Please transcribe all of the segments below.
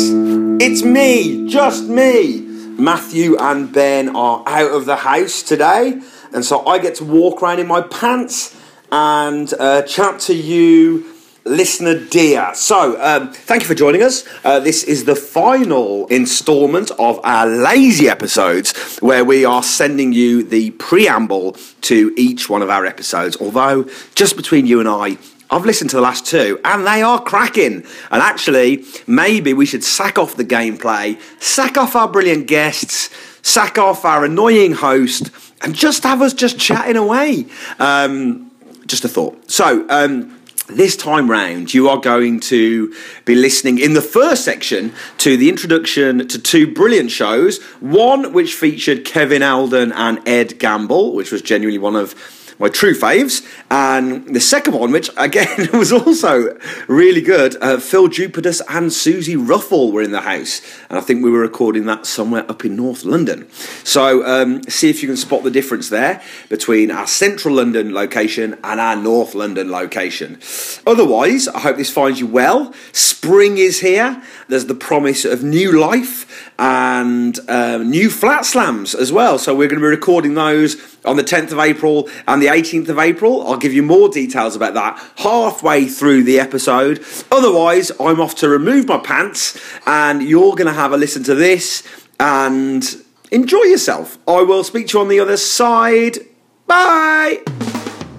It's me, just me. Matthew and Ben are out of the house today, and so I get to walk around in my pants and uh, chat to you, listener dear. So, um, thank you for joining us. Uh, this is the final instalment of our lazy episodes where we are sending you the preamble to each one of our episodes, although, just between you and I, I've listened to the last two, and they are cracking. And actually, maybe we should sack off the gameplay, sack off our brilliant guests, sack off our annoying host, and just have us just chatting away. Um, just a thought. So, um, this time round, you are going to be listening in the first section to the introduction to two brilliant shows. One which featured Kevin Alden and Ed Gamble, which was genuinely one of my true faves. And the second one, which again was also really good, uh, Phil Jupitus and Susie Ruffle were in the house. And I think we were recording that somewhere up in North London. So um, see if you can spot the difference there between our central London location and our North London location. Otherwise, I hope this finds you well. Spring is here. There's the promise of new life and um, new flat slams as well. So we're going to be recording those on the 10th of April and the 18th of April. I'll give you more details about that halfway through the episode. Otherwise, I'm off to remove my pants and you're going to have a listen to this and enjoy yourself. I will speak to you on the other side. Bye.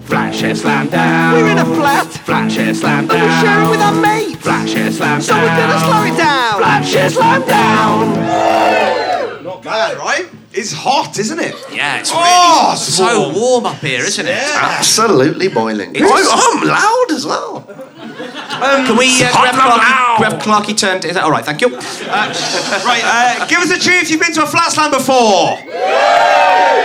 Flash hair slam down. We're in a flat. Flash hair slam down. And we share it with our mates. Flash hair slam So down. we're gonna slow it down. Flash hair slam down. Not bad, right? It's hot, isn't it? Yeah, it's Oh, really so warm up here, isn't it? Absolutely boiling. I'm, I'm loud as well. Can we uh, grab, Grab Clarky turned. Is that all right? Thank you. Right, uh, give us a cheer if you've been to a flat slam before.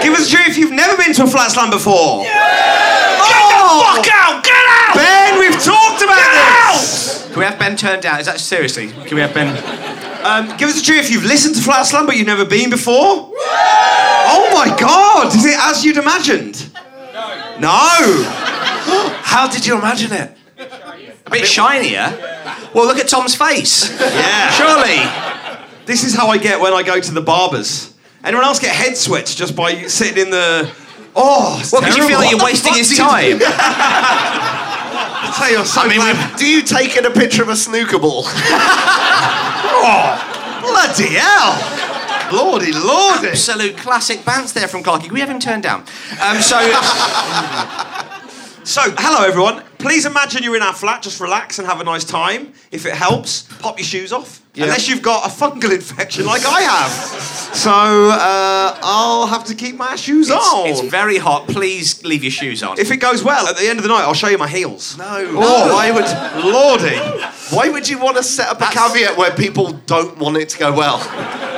Give us a cheer if you've never been to a flat slam before. Oh! Fuck out! Get out! Ben, we've talked about this. Can we have Ben turned down? Is that seriously? Can we have Ben? Um, give us a cheer if you've listened to flat slam but you've never been before. Oh my God! Is it as you'd imagined? No. No. How did you imagine it? A bit shinier. Well, look at Tom's face. Yeah. Surely. This is how I get when I go to the barbers. Anyone else get head sweats just by sitting in the? Oh, it's Well, because you feel terrible. like you're What wasting the fuck his do you time. I tell you, I'm so glad. Do you take in a picture of a snooker ball? Oh, Bloody hell! Lordy, lordy! Absolute classic bounce there from Clarky. Can we have him turned down? Um, so So, hello everyone. Please imagine you're in our flat. Just relax and have a nice time. If it helps, pop your shoes off. Unless you've got a fungal infection like I have. So uh, I'll have to keep my shoes on. it's very hot. Please leave your shoes on. if it goes well, at the end of the night, I'll show you my heels. No. No. Oh, I would. Lordy. Why would you want to set up a caveat where people don't want it to go well?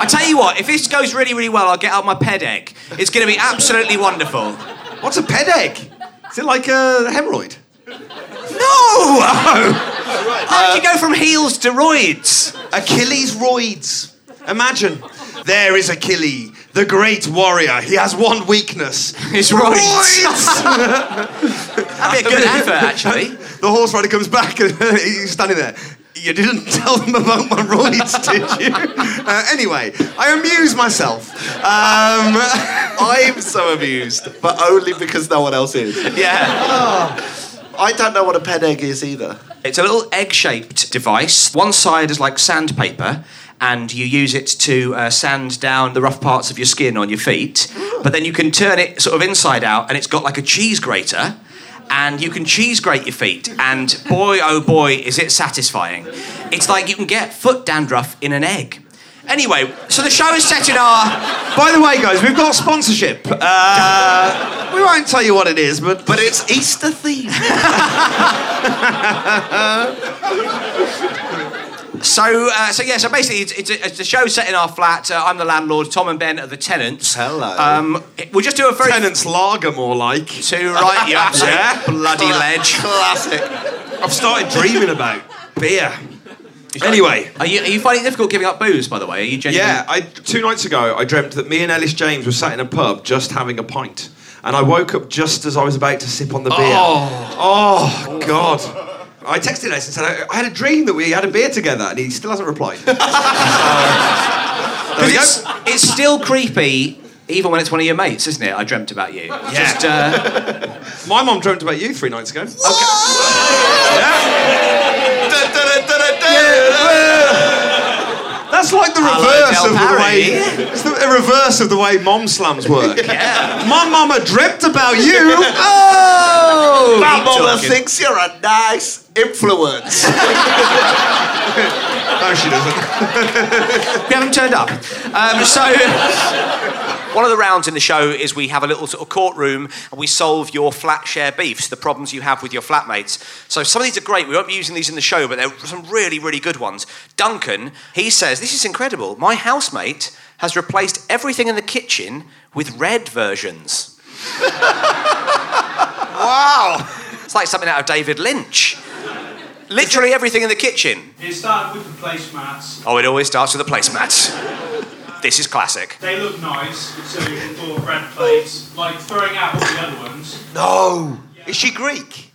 I tell you what, if this goes really, really well, I'll get out my ped egg. It's going to be absolutely wonderful. What's a ped egg? Is it like a hemorrhoid? No! Uh, How do you go from heels to roids? Achilles roids. Imagine. There is Achilles, the great warrior. He has one weakness. It's roids. Roids! That'd be a good advert, actually. the horse rider comes back and he's standing there. You didn't tell them about my roids, did you? Uh, anyway, I amuse myself. Um, I'm so amused, but only because no one else is. Yeah. I don't know what a pen egg is either. It's a little egg shaped device. One side is like sandpaper, and you use it to uh, sand down the rough parts of your skin on your feet. But then you can turn it sort of inside out, and it's got like a cheese grater. And you can cheese grate your feet, and boy, oh boy, is it satisfying. It's like you can get foot dandruff in an egg. Anyway, so the show is set in our. by the way, guys, we've got sponsorship. Uh, we won't tell you what it is, but But it's Easter themed. So, uh, so yeah. So basically, it's, it's, a, it's a show set in our flat. Uh, I'm the landlord. Tom and Ben are the tenants. Hello. Um, it- we'll just do a very tenants lager more like. to right. You absolute Yeah. bloody ledge. Classic. I've started dreaming about beer. Anyway. Are you, are you finding it difficult giving up booze? By the way, are you genuinely? Yeah, I, two nights ago, I dreamt that me and Ellis James were sat in a pub just having a pint. And I woke up just as I was about to sip on the beer. Oh, God. I texted Les and said, I, I had a dream that we had a beer together, and he still hasn't replied. Because it's, it's still creepy, even when it's one of your mates, isn't it? I dreamt about you. Yeah. Just, uh, My mom dreamt about you three nights ago. That's like the Hello, reverse Del of the Parry. way. It's the reverse of the way mom slams work. My mama dreamt about you. oh! My mama talking. thinks you're a nice influence. No, she doesn't. We haven't turned up. Um, so, one of the rounds in the show is we have a little sort of courtroom and we solve your flat share beefs, the problems you have with your flatmates. So, some of these are great. We won't be using these in the show, but there are some really, really good ones. Duncan, he says, This is incredible. My housemate has replaced everything in the kitchen with red versions. wow! It's like something out of David Lynch. Literally everything in the kitchen. It started with the placemats. Oh, it always starts with the placemats. this is classic. They look nice, so we bought red plates, like throwing out all the other ones. No. Is she Greek?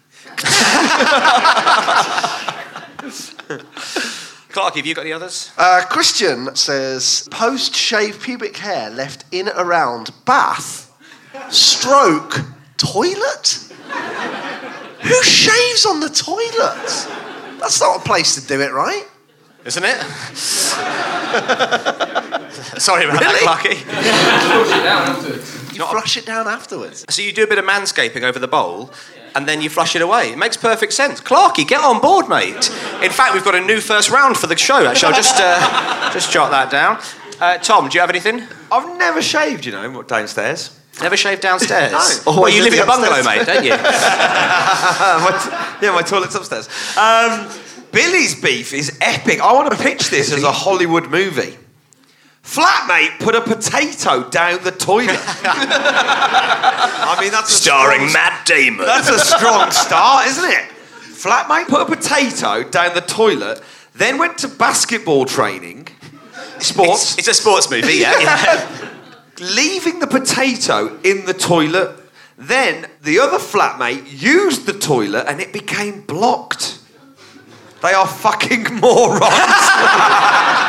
Clarky, have you got any others? Uh, Christian says post shave pubic hair left in around bath, stroke, toilet? Who shaves on the toilet? That's not a place to do it, right? Isn't it? Sorry about that, Clarky. You flush it down afterwards. So you do a bit of manscaping over the bowl, and then you flush it away. It makes perfect sense. Clarky, get on board, mate. In fact, we've got a new first round for the show. Actually, I'll just uh, just jot that down. Uh, Tom, do you have anything? I've never shaved, you know, downstairs. Never shave downstairs. No. Well, you live in a bungalow, Upstairs. mate, don't you? my t- yeah, my toilet's upstairs. Um, Billy's beef is epic. I want to pitch this as a Hollywood movie. Flatmate put a potato down the toilet. I mean, that's a strong, Matt Damon. That's a strong start, isn't it? Flatmate put a potato down the toilet, then went to basketball training. Sports It's, it's a sports movie, yeah. leaving the potato in the toilet. Then the other flatmate used the toilet and it became blocked. They are fucking morons.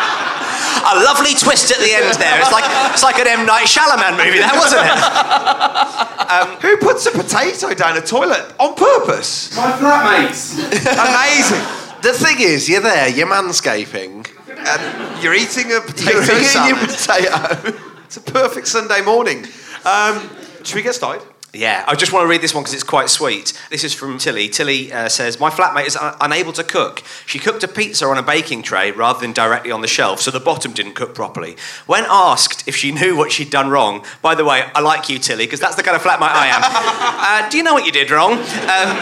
A lovely twist at the end there. It's like it's like an M Night Shyamalan movie, that wasn't it? Who puts a potato down a toilet on purpose? My flatmates! Amazing. The thing is, you're there, you're manscaping, And you're eating a potato you're eating your salad. potato. It's a perfect Sunday morning. Um, should we get started? Yeah, I just want to read this one because it's quite sweet. This is from Tilly. Tilly uh, says, "My flatmate is un- unable to cook. She cooked a pizza on a baking tray rather than directly on the shelf, so the bottom didn't cook properly. When asked if she knew what she'd done wrong, by the way, I like you, Tilly, because that's the kind of flatmate I am. Uh, do you know what you did wrong?" Um,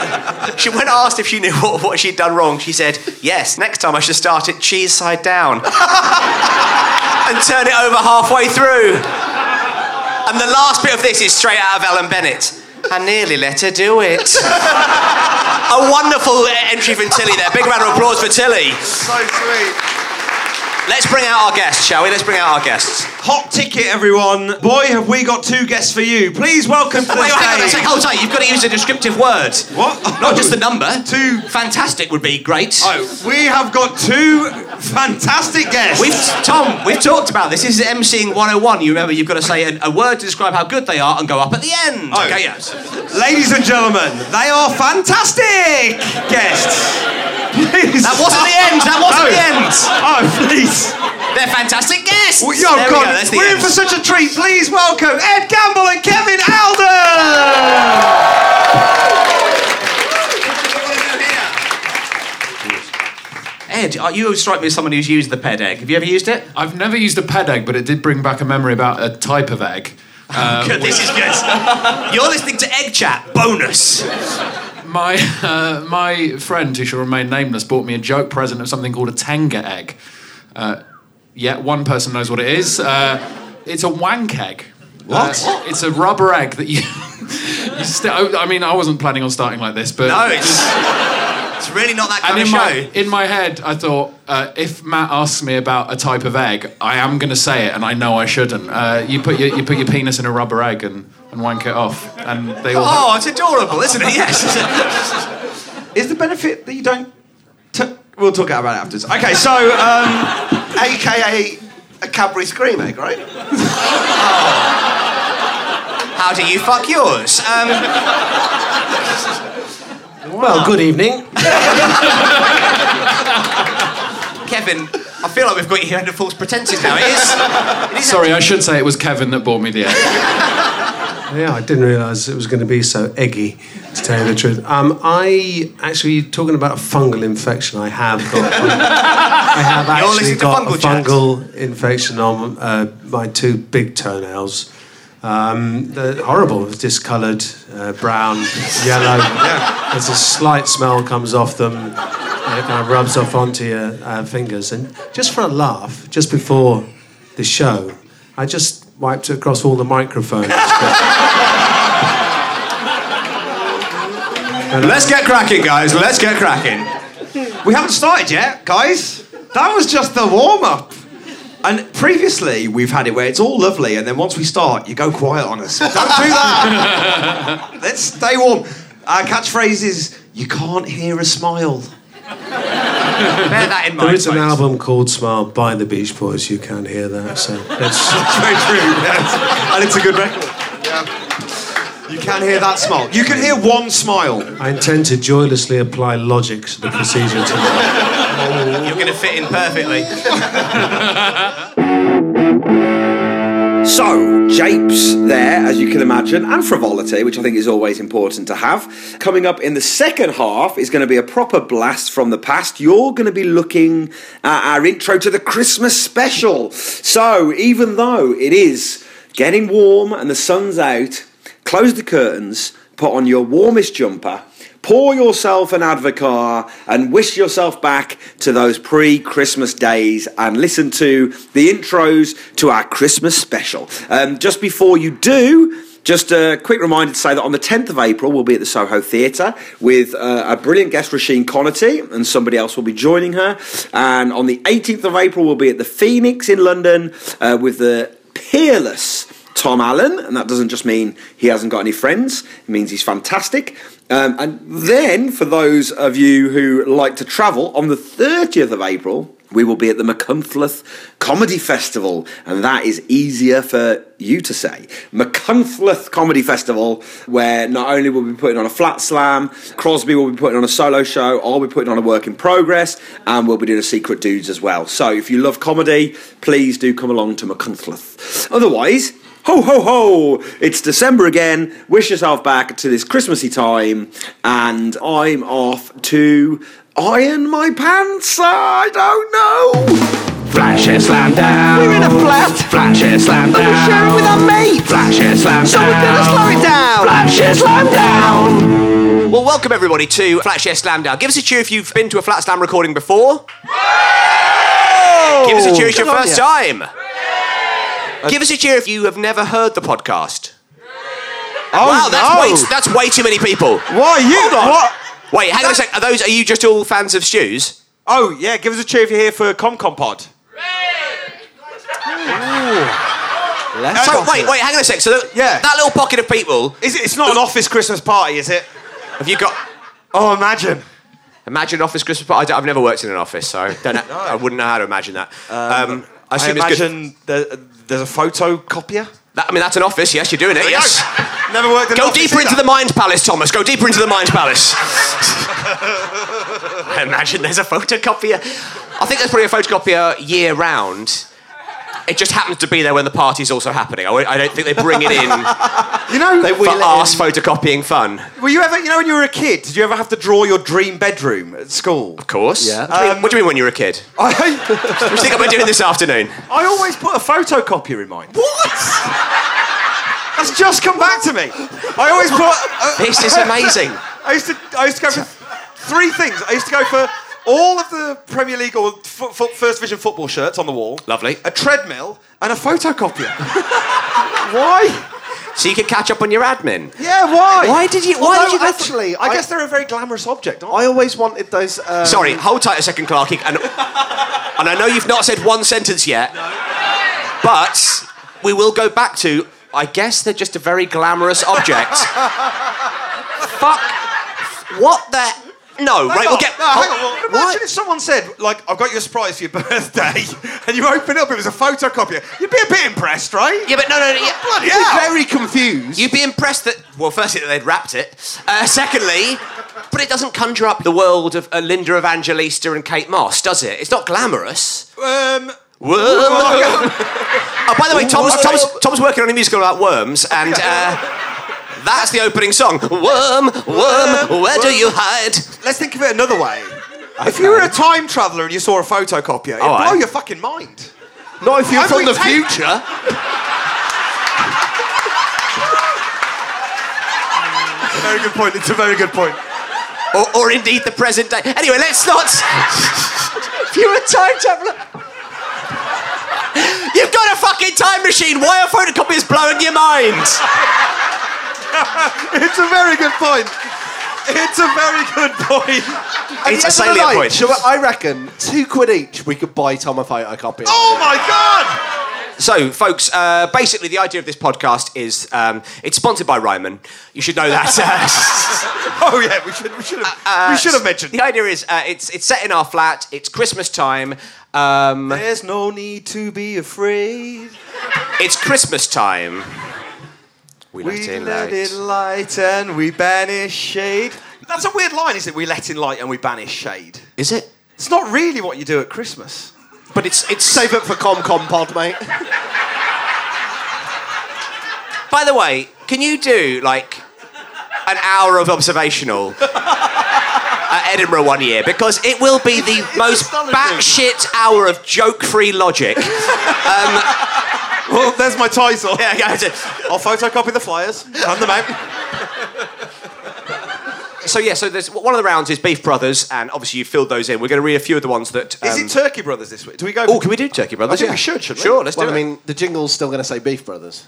she, when asked if she knew what, what she'd done wrong, she said, "Yes. Next time I should start it cheese side down." and turn it over halfway through. And the last bit of this is straight out of Ellen Bennett. I nearly let her do it. A wonderful entry from Tilly there. Big round of applause for Tilly. So sweet. Let's bring out our guests, shall we? Let's bring out our guests. Hot ticket, everyone. Boy, have we got two guests for you. Please welcome to the Wait, wait, hang on a stage- sec. Hold tight. You've got to use a descriptive word. What? Not just the number. Two. Fantastic would be great. Oh, we have got two fantastic guests. We've, Tom, we've talked about this. This is MCing 101. You remember, you've got to say an- a word to describe how good they are and go up at the end. Oh. Okay, yes. Ladies and gentlemen, they are fantastic guests. Please. That wasn't the end. That wasn't No. the end. Oh, please. They're fantastic guests. Well, yo, there we God, go. That's the we're in end. for such a treat. Please welcome Ed Gamble and Kevin Alden. Ed, uh, you strike me as someone who's used the ped egg. Have you ever used it? I've never used a ped egg, but it did bring back a memory about a type of egg. Good, this is good. You're listening to Egg Chat. Bonus. My uh, my friend, who shall remain nameless, bought me a joke present of something called a tanga egg. Uh, yeah, one person knows what it is. Uh, it's a wank egg. What? it's a rubber egg that you. you sti- I I mean, I wasn't planning on starting like this, but No, it's it's really not that And kind in of my show. in my head, I thought uh, if Matt asks me about a type of egg, I am going to say it, and I know I shouldn't. Uh, you put your you put your penis in a rubber Oh, egg and, and wank it off, and they all. Oh, it's adorable, isn't it? Yes. Is the benefit that you don't? T- we'll talk about it afterwards. Okay, so um, AKA a Cadbury Scream Egg, right? How do you fuck yours? Um, Well, good evening. Kevin, I feel like we've got you here under false pretenses now. It is. It is Sorry, I should say it was Kevin that bought me the egg. Yeah, I didn't realise it was going to be so eggy, to tell you the truth. Um, I actually, talking about a fungal infection, I have got. I have actually listening to got Fungal a Chat. fungal infection on uh, my two big toenails. Um, they're horrible. It's discoloured, uh, brown, yellow. There's a slight smell comes off them. and It kind of rubs off onto your uh, fingers. And just for a laugh, just before the show, I just wiped it across all the microphones. Let's get cracking, guys. Let's get cracking. we haven't started yet, guys. That was just the warm up. And previously, we've had it where it's all lovely, and then once we start, you go quiet on us. Don't do that. Let's stay warm. Our catchphrase is "You can't hear a smile." Bear that in mind. There is an folks. album called Smile by the Beach Boys. You can hear that. So let's. Very true. yes. And it's a good record. You can hear that smile. You can hear one smile. I intend to joylessly apply logic to the procedure today. You're going to fit in perfectly. So, japes there, as you can imagine, and frivolity, which I think is always important to have. Coming up in the second half is going to be a proper blast from the past. You're going to be looking at our intro to the Christmas special. So, even though it is getting warm and the sun's out, close the curtains, put on your warmest jumper. Pour yourself an Advocar and wish yourself back to those pre Christmas days and listen to the intros to our Christmas special. Um, just before you do, just a quick reminder to say that on the 10th of April, we'll be at the Soho Theatre with uh, a brilliant guest, Rasheen Connerty, and somebody else will be joining her. And on the 18th of April, we'll be at the Phoenix in London uh, with the peerless Tom Allen, and that doesn't just mean he hasn't got any friends, it means he's fantastic. Um, and then, for those of you who like to travel, on the 30th of April, we will be at the Macunthluth Comedy Festival, and that is easier for you to say. Macunthluth Comedy Festival, where not only will we be putting on a flat slam, Crosby will be putting on a solo show, I'll be putting on a work in progress, and we'll be doing a secret dudes as well. So if you love comedy, please do come along to Macunthluth. Otherwise, Ho, ho, ho! It's December again. Wish yourself back to this Christmassy time. And I'm off to iron my pants. I don't know. Flash it, slam down. We're in a flat. Flash it, slam down. we share it with our mates. Flash it, slam Someone's down. Someone's gonna slow it down. Flash it, slam down. Well, welcome everybody to Flat Share Slam Down. Give us a cheer if you've been to a Flat Slam recording before. Give us a cheer if it's your Good on first ya. time. Give us a cheer if you have never heard the podcast. Oh wow, that's, no! way, that's way too many people. Why you? What? Wait, hang on a sec. Are those? Are you just all fans of Stews? Oh yeah, give us a cheer if you're here for ComCom Pod. Let's So wait, wait, hang on a sec. So that, Yeah. that little pocket of people. Is it? It's not an office Christmas party, is it? Have you got? Oh, imagine. Imagine an office Christmas party. I have never worked in an office, so I don't know, I wouldn't know how to imagine that. Um, I I assume it's good. imagine the, there's a photocopier. That, I mean, that's an office. Yes, you're doing it. Yes. Never worked. In an Go office deeper either. into the mind palace, Thomas. Go deeper into the mind palace. I imagine there's a photocopier. I think there's probably a photocopier year round. It just happens to be there when the party's also happening. I, I don't think they bring it in You know, for arse photocopying fun. Of Were you ever? You know, when you were a kid, did you ever have to draw your dream bedroom at school? course. Um, Yeah. What, do you mean, what do you mean when you were a kid? I, What do you think I've been doing this afternoon? I always put a photocopier in mine. What? That's just come back to me. I always put. This is amazing. I used to. I used to go for three things. I used to go for all of the Premier League or fo- fo- First Division football shirts on the wall. Lovely. A treadmill and a photocopier. why? So you could catch up on your admin. Yeah, why? Why did you? Why did you? Although, go for- actually, I, guess they're a very glamorous object, aren't I always wanted those. Um, Sorry, hold tight a second, Clarky. And, and I know you've not said one sentence yet, but we will go back to I guess they're just a very glamorous object. Fuck. What the Hang No, right, on. we'll get. No, hang on. oh, Well, imagine if someone said, like, I've got you a surprise for your birthday, and you open it up, it was a photocopier. You'd be a bit impressed, right? Yeah, but no, no, no. Yeah. Bloody You'd be hell. very confused. You'd be impressed that, well, firstly, that they'd wrapped it. Uh, secondly, but it doesn't conjure up the world of uh, Linda Evangelista and Kate Moss, does it? It's not glamorous. Um, Worm. oh, by the way, Tom's, Tom's, Tom's working on a musical about worms, and uh, that's the opening song. Worm, worm, where do you hide? let's think of it another way. If you were a time traveller and you saw a photocopier, it'd All right. blow your fucking mind. Not if you're And from we the take- future. Very good point. It's a very good point. Or, or indeed the present day. Anyway, let's not. if you're a time traveler. You've got a fucking time machine. Why are photocopiers blowing your mind? It's a very good point. It's a very good point. At the It's a end of the salient night, point. shall we- I reckon two quid each, we could buy Tom a photocopy. Oh my god! So, folks, uh, basically, the idea of this podcast is um, it's sponsored by Ryman. You should know that. uh, Oh yeah, we should we should have we should have mentioned. the idea is uh, it's it's set in our flat. It's Christmas time. Um, There's no need to be afraid. it's Christmas time. We let We in let light. in light and we banish shade. That's a weird line, is it? We let in light and we banish shade. Is it? It's not really what you do at Christmas. But it's it's so Save it for ComCom Pod, mate. By the way, can you do like an hour of observational at Edinburgh one year? Because it will be the most astonishing. batshit hour of joke free logic. Well, there's my title. Yeah, yeah, it's a- I'll photocopy the flyers. Hand them out. so, yeah, so there's one of the rounds is Beef Brothers, and obviously you filled those in. We're going to read a few of the ones that. Is um, it Turkey Brothers this week? Do we go? Oh, can we do Turkey Brothers? I think Yeah. we should, shouldn't we? Sure, let's well, do I it. mean, the jingle's still going to say Beef Brothers.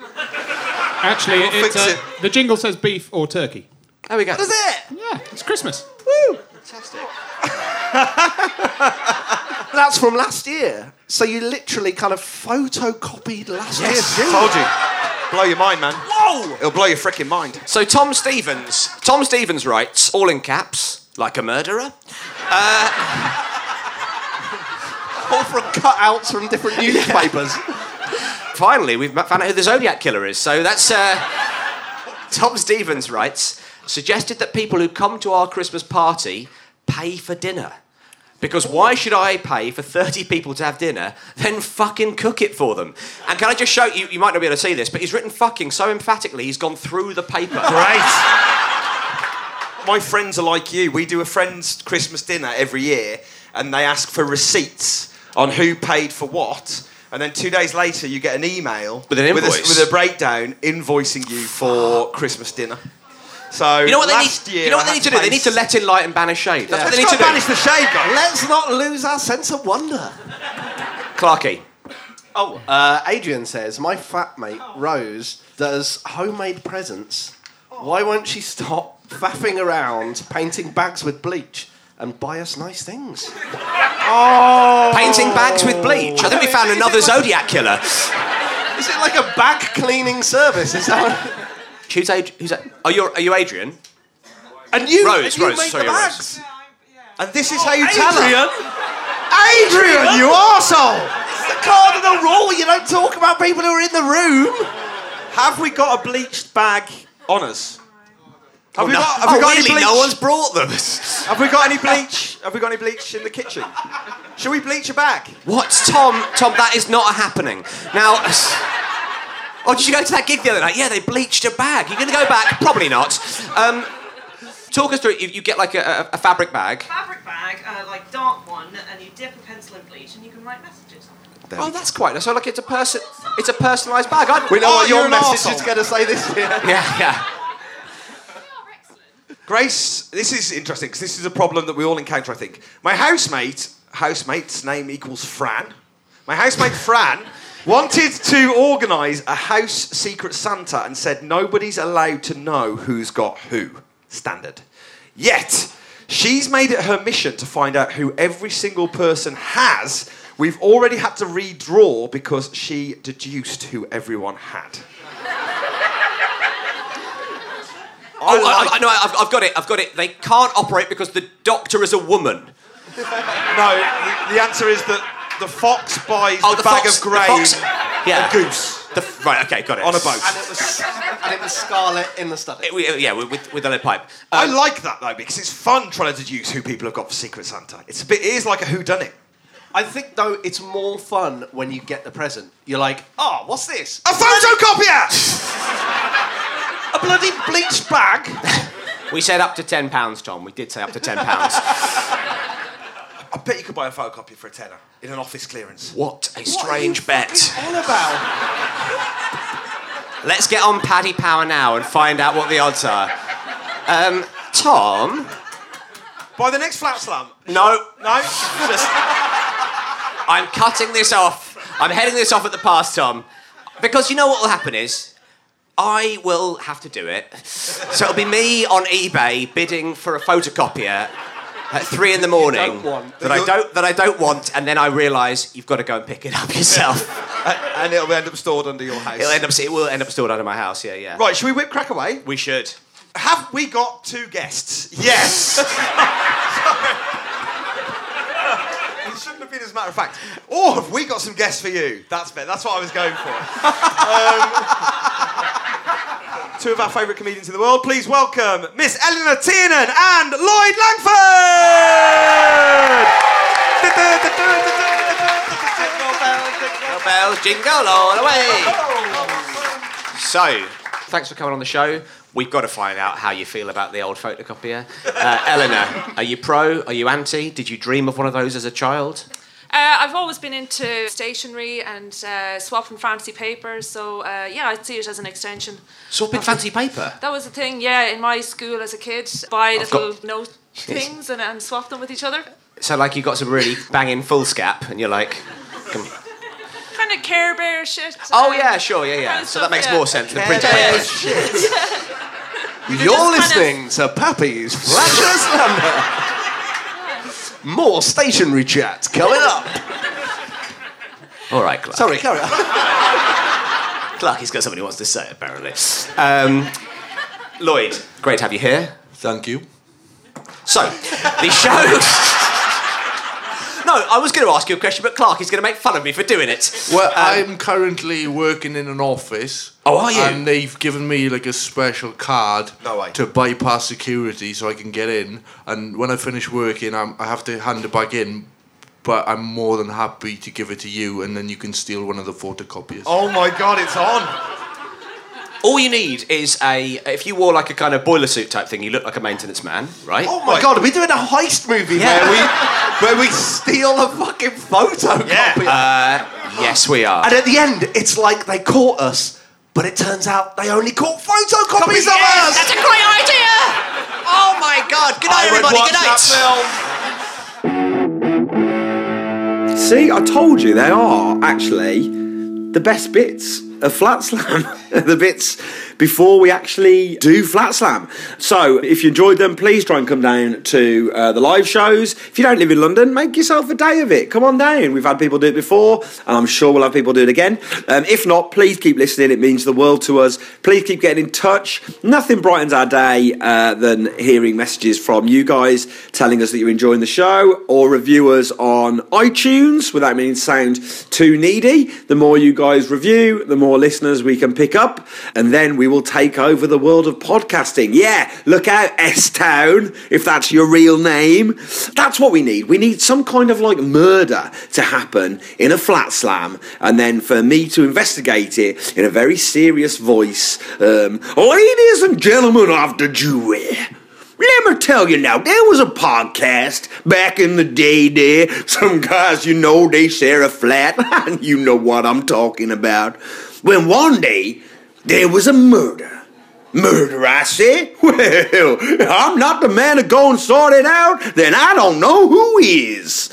Actually, fix it, uh, it. the jingle says beef or turkey. there we go. Is it? Yeah, it's Christmas. That's from last year. So you literally kind of photocopied last year's jingle. Told you. Blow your mind, man. Whoa! It'll blow your freaking mind. So Tom Stevens, Tom Stevens writes, all in caps, like a murderer. Uh, All from cutouts from different newspapers. finally, we've found out who the Zodiac Killer is. So that's uh, Tom Stevens writes suggested that people who come to our Christmas party pay for dinner. Because why should I pay for 30 people to have dinner, then fucking cook it for them? And can I just show you, you might not be able to see this, but he's written fucking so emphatically, he's gone through the paper. Great. My friends are like you. We do a friends' Christmas dinner every year, and they ask for receipts on who paid for what. And then two days later, you get an email With an a, invoice. with a breakdown invoicing you for Christmas dinner. So You know what they last need, year you know I what they had need to do? pay They need to s- let in light and banish shade. Let's That's what they go need to do. banish the shade, guys. Let's not lose our sense of wonder. Clarkey. Oh, uh, Adrian says, my fat mate Rose does homemade presents. Why won't she stop faffing around, painting bags with bleach, and buy us nice things? Painting bags with bleach. I think we found another Zodiac Killer. Is it like a bag cleaning service? Is that? Who's, Ad- who's that? Are you, are you Adrian? And you, Rose, and you Rose, make sorry, the Rose. bags. And this is how you tell her. Adrian, you arsehole! It's the cardinal rule. You don't talk about people who are in the room. Have we got a bleached bag on us? Have we No. got, have we Oh, got really? any bleach? No one's brought them. Have we got any bleach? Have we got any bleach in the kitchen? Should we bleach a bag? what, Tom? Tom, that is not happening. Now, oh, did you go to that gig the other night? Yeah, they bleached a bag. You're going to go back? Probably not. Um, talk us through. it. You, you get like a, a, a fabric bag. fabric bag, uh, like dark one, and you dip a pencil in bleach and you can write messages on it. Oh, that's quite. So like, it's a person. It's a personalised bag. I'd, We know oh, what your you're an message arsehole. is going to say this year. Yeah, yeah. Grace, this is interesting because this is a problem that we all encounter, I think. My housemate, housemate's name equals Fran. My housemate Fran wanted to organise a house secret Santa and said nobody's allowed to know who's got who. Standard. Yet, she's made it her mission to find out who every single person has. We've already had to redraw because she deduced who everyone had. Oh, I, I, no, I've, I've got it. I've got it. They can't operate because the doctor is a woman. No, the, the answer is that the fox buys Oh, the the, bag fox- of the grey, fox- yeah. a goose. The, right. Okay. Got it. On a boat. And it was, and it was Scarlet in the study. It- we- yeah, with with a pipe. I like that though because it's fun trying to deduce who people have got for Secret Santa. It's a bit. It is like a who done it. I think though it's more fun when you get the present. You're like, oh, what's this? A photocopier. a bloody bleach bag. We said up to ten pounds, Tom. We did say up to ten pounds. I bet you could buy a photocopier for a tenner in an office clearance. What a strange bet. All about. Let's get on Paddy Power now and find out what the odds are. Um, Tom. By the next flat slam. No, No. I'm cutting this off. I'm heading this off at the pass, Tom. Because you know what will happen is I will have to do it. So it'll be me on eBay bidding for a photocopier at three in the morning want. that I don't that I don't want, and then I realise you've got to go and pick it up yourself. and it'll end up stored under your house. It'll end up it will end up stored under my house. Yeah, yeah. Right, should we whip crack away? We should. Have we got two guests? Yes. it shouldn't have been as a matter of fact. Or have we got some guests for you? That's better. That's what I was going for. um, two of our favourite comedians in the world. Please welcome Miss Eleanor Tiernan and Lloyd Langford. Jingle bells, jingle all the way. So, thanks for coming on the show. We've got to find out how you feel about the old photocopier. Uh, Eleanor, are you pro? Are you anti? Did you dream of one of those as a child? Uh, I've always been into stationery and uh, swapping fancy papers, so uh, yeah, I'd see it as an extension. Swapping fancy paper. That was a thing, yeah, in my school as a kid, buy I've little got- note things and, and swap them with each other. So, like, you got some really banging full scap, and you're like, come Kind of Care Bear shit. oh, um, yeah, sure, yeah, yeah. kind of So stuff, that makes yeah. more sense than print paper. You're just kind listening to Pappy's Flashes um, Number. More stationary chat coming up. All right, Clark. Sorry, carry on. Clark, he's got something he wants to say, apparently. Um, Lloyd, great to have you here. Thank you. So, the show. no, I was going to ask you a question, but Clark is going to make fun of me for doing it. Well, I'm currently working in an office. Oh, are you? And they've given me like a special card No way. to bypass security so I can get in. And when I finish working, I'm, I have to hand it back in. But I'm more than happy to give it to you, and then you can steal one of the photocopiers. Oh my god, it's on. All you need is a. If you wore like a kind of boiler suit type thing, you look like a maintenance man, right? Oh my god, are we doing a heist movie where we where we steal a fucking photocopy? Uh, Yes, we are. And at the end, it's like they caught us, but it turns out they only caught photocopies of us. That's a great idea! Oh my god! Good night, everybody. Good night. See, I told you they are actually the best bits of Flat Slam. the bits before we actually do Flat Slam. So, if you enjoyed them, please try and come down to uh, the live shows. If you don't live in London, make yourself a day of it. Come on down. We've had people do it before, and I'm sure we'll have people do it again. Um, if not, please keep listening. It means the world to us. Please keep getting in touch. Nothing brightens our day uh, than hearing messages from you guys telling us that you're enjoying the show or review us on iTunes without meaning to sound too needy. The more you guys review, the more listeners we can pick up, and then we will take over the world of podcasting. Yeah, look out, S Town, if that's your real name. That's what we need. We need some kind of like murder to happen in a flat slam, and then for me to investigate it in a very serious voice. Um, Ladies and gentlemen of the jury. Let me tell you now, there was a podcast back in the day there. Some guys, you know, they share a flat, and you know what I'm talking about. When one day, there was a murder. Murder, I say? Well, if I'm not the man to go and sort it out, then I don't know who is.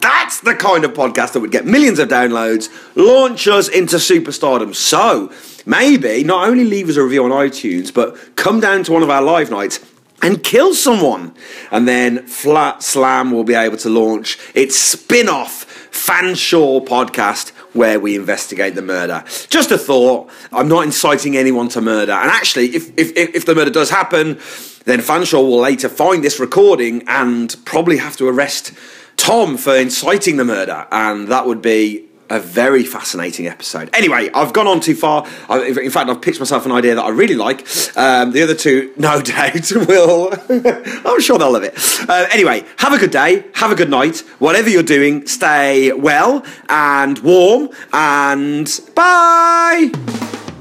That's the kind of podcast that would get millions of downloads, launch us into superstardom. So, maybe not only leave us a review on iTunes, but come down to one of our live nights and kill someone. And then Flat Slam will be able to launch its spin off Fanshawe podcast where we investigate the murder. Just a thought. I'm not inciting anyone to murder. And actually, if, if, if if the murder does happen, then Fanshawe will later find this recording and probably have to arrest Tom for inciting the murder. And that would be a very fascinating episode. Anyway, I've gone on too far. I, in fact, I've pitched myself an idea that I really like. Um, the other two, no doubt, will. I'm sure they'll love it. Uh, anyway, have a good day, have a good night. Whatever you're doing, stay well and warm, and bye!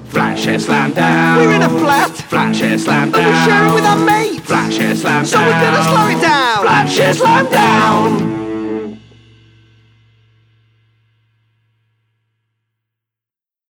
Flashes slam down. We're in a flat. Flashes slam down. And we're sharing with our mates. Flashes slam down. Someone's gonna slow it down. Flashes slam down.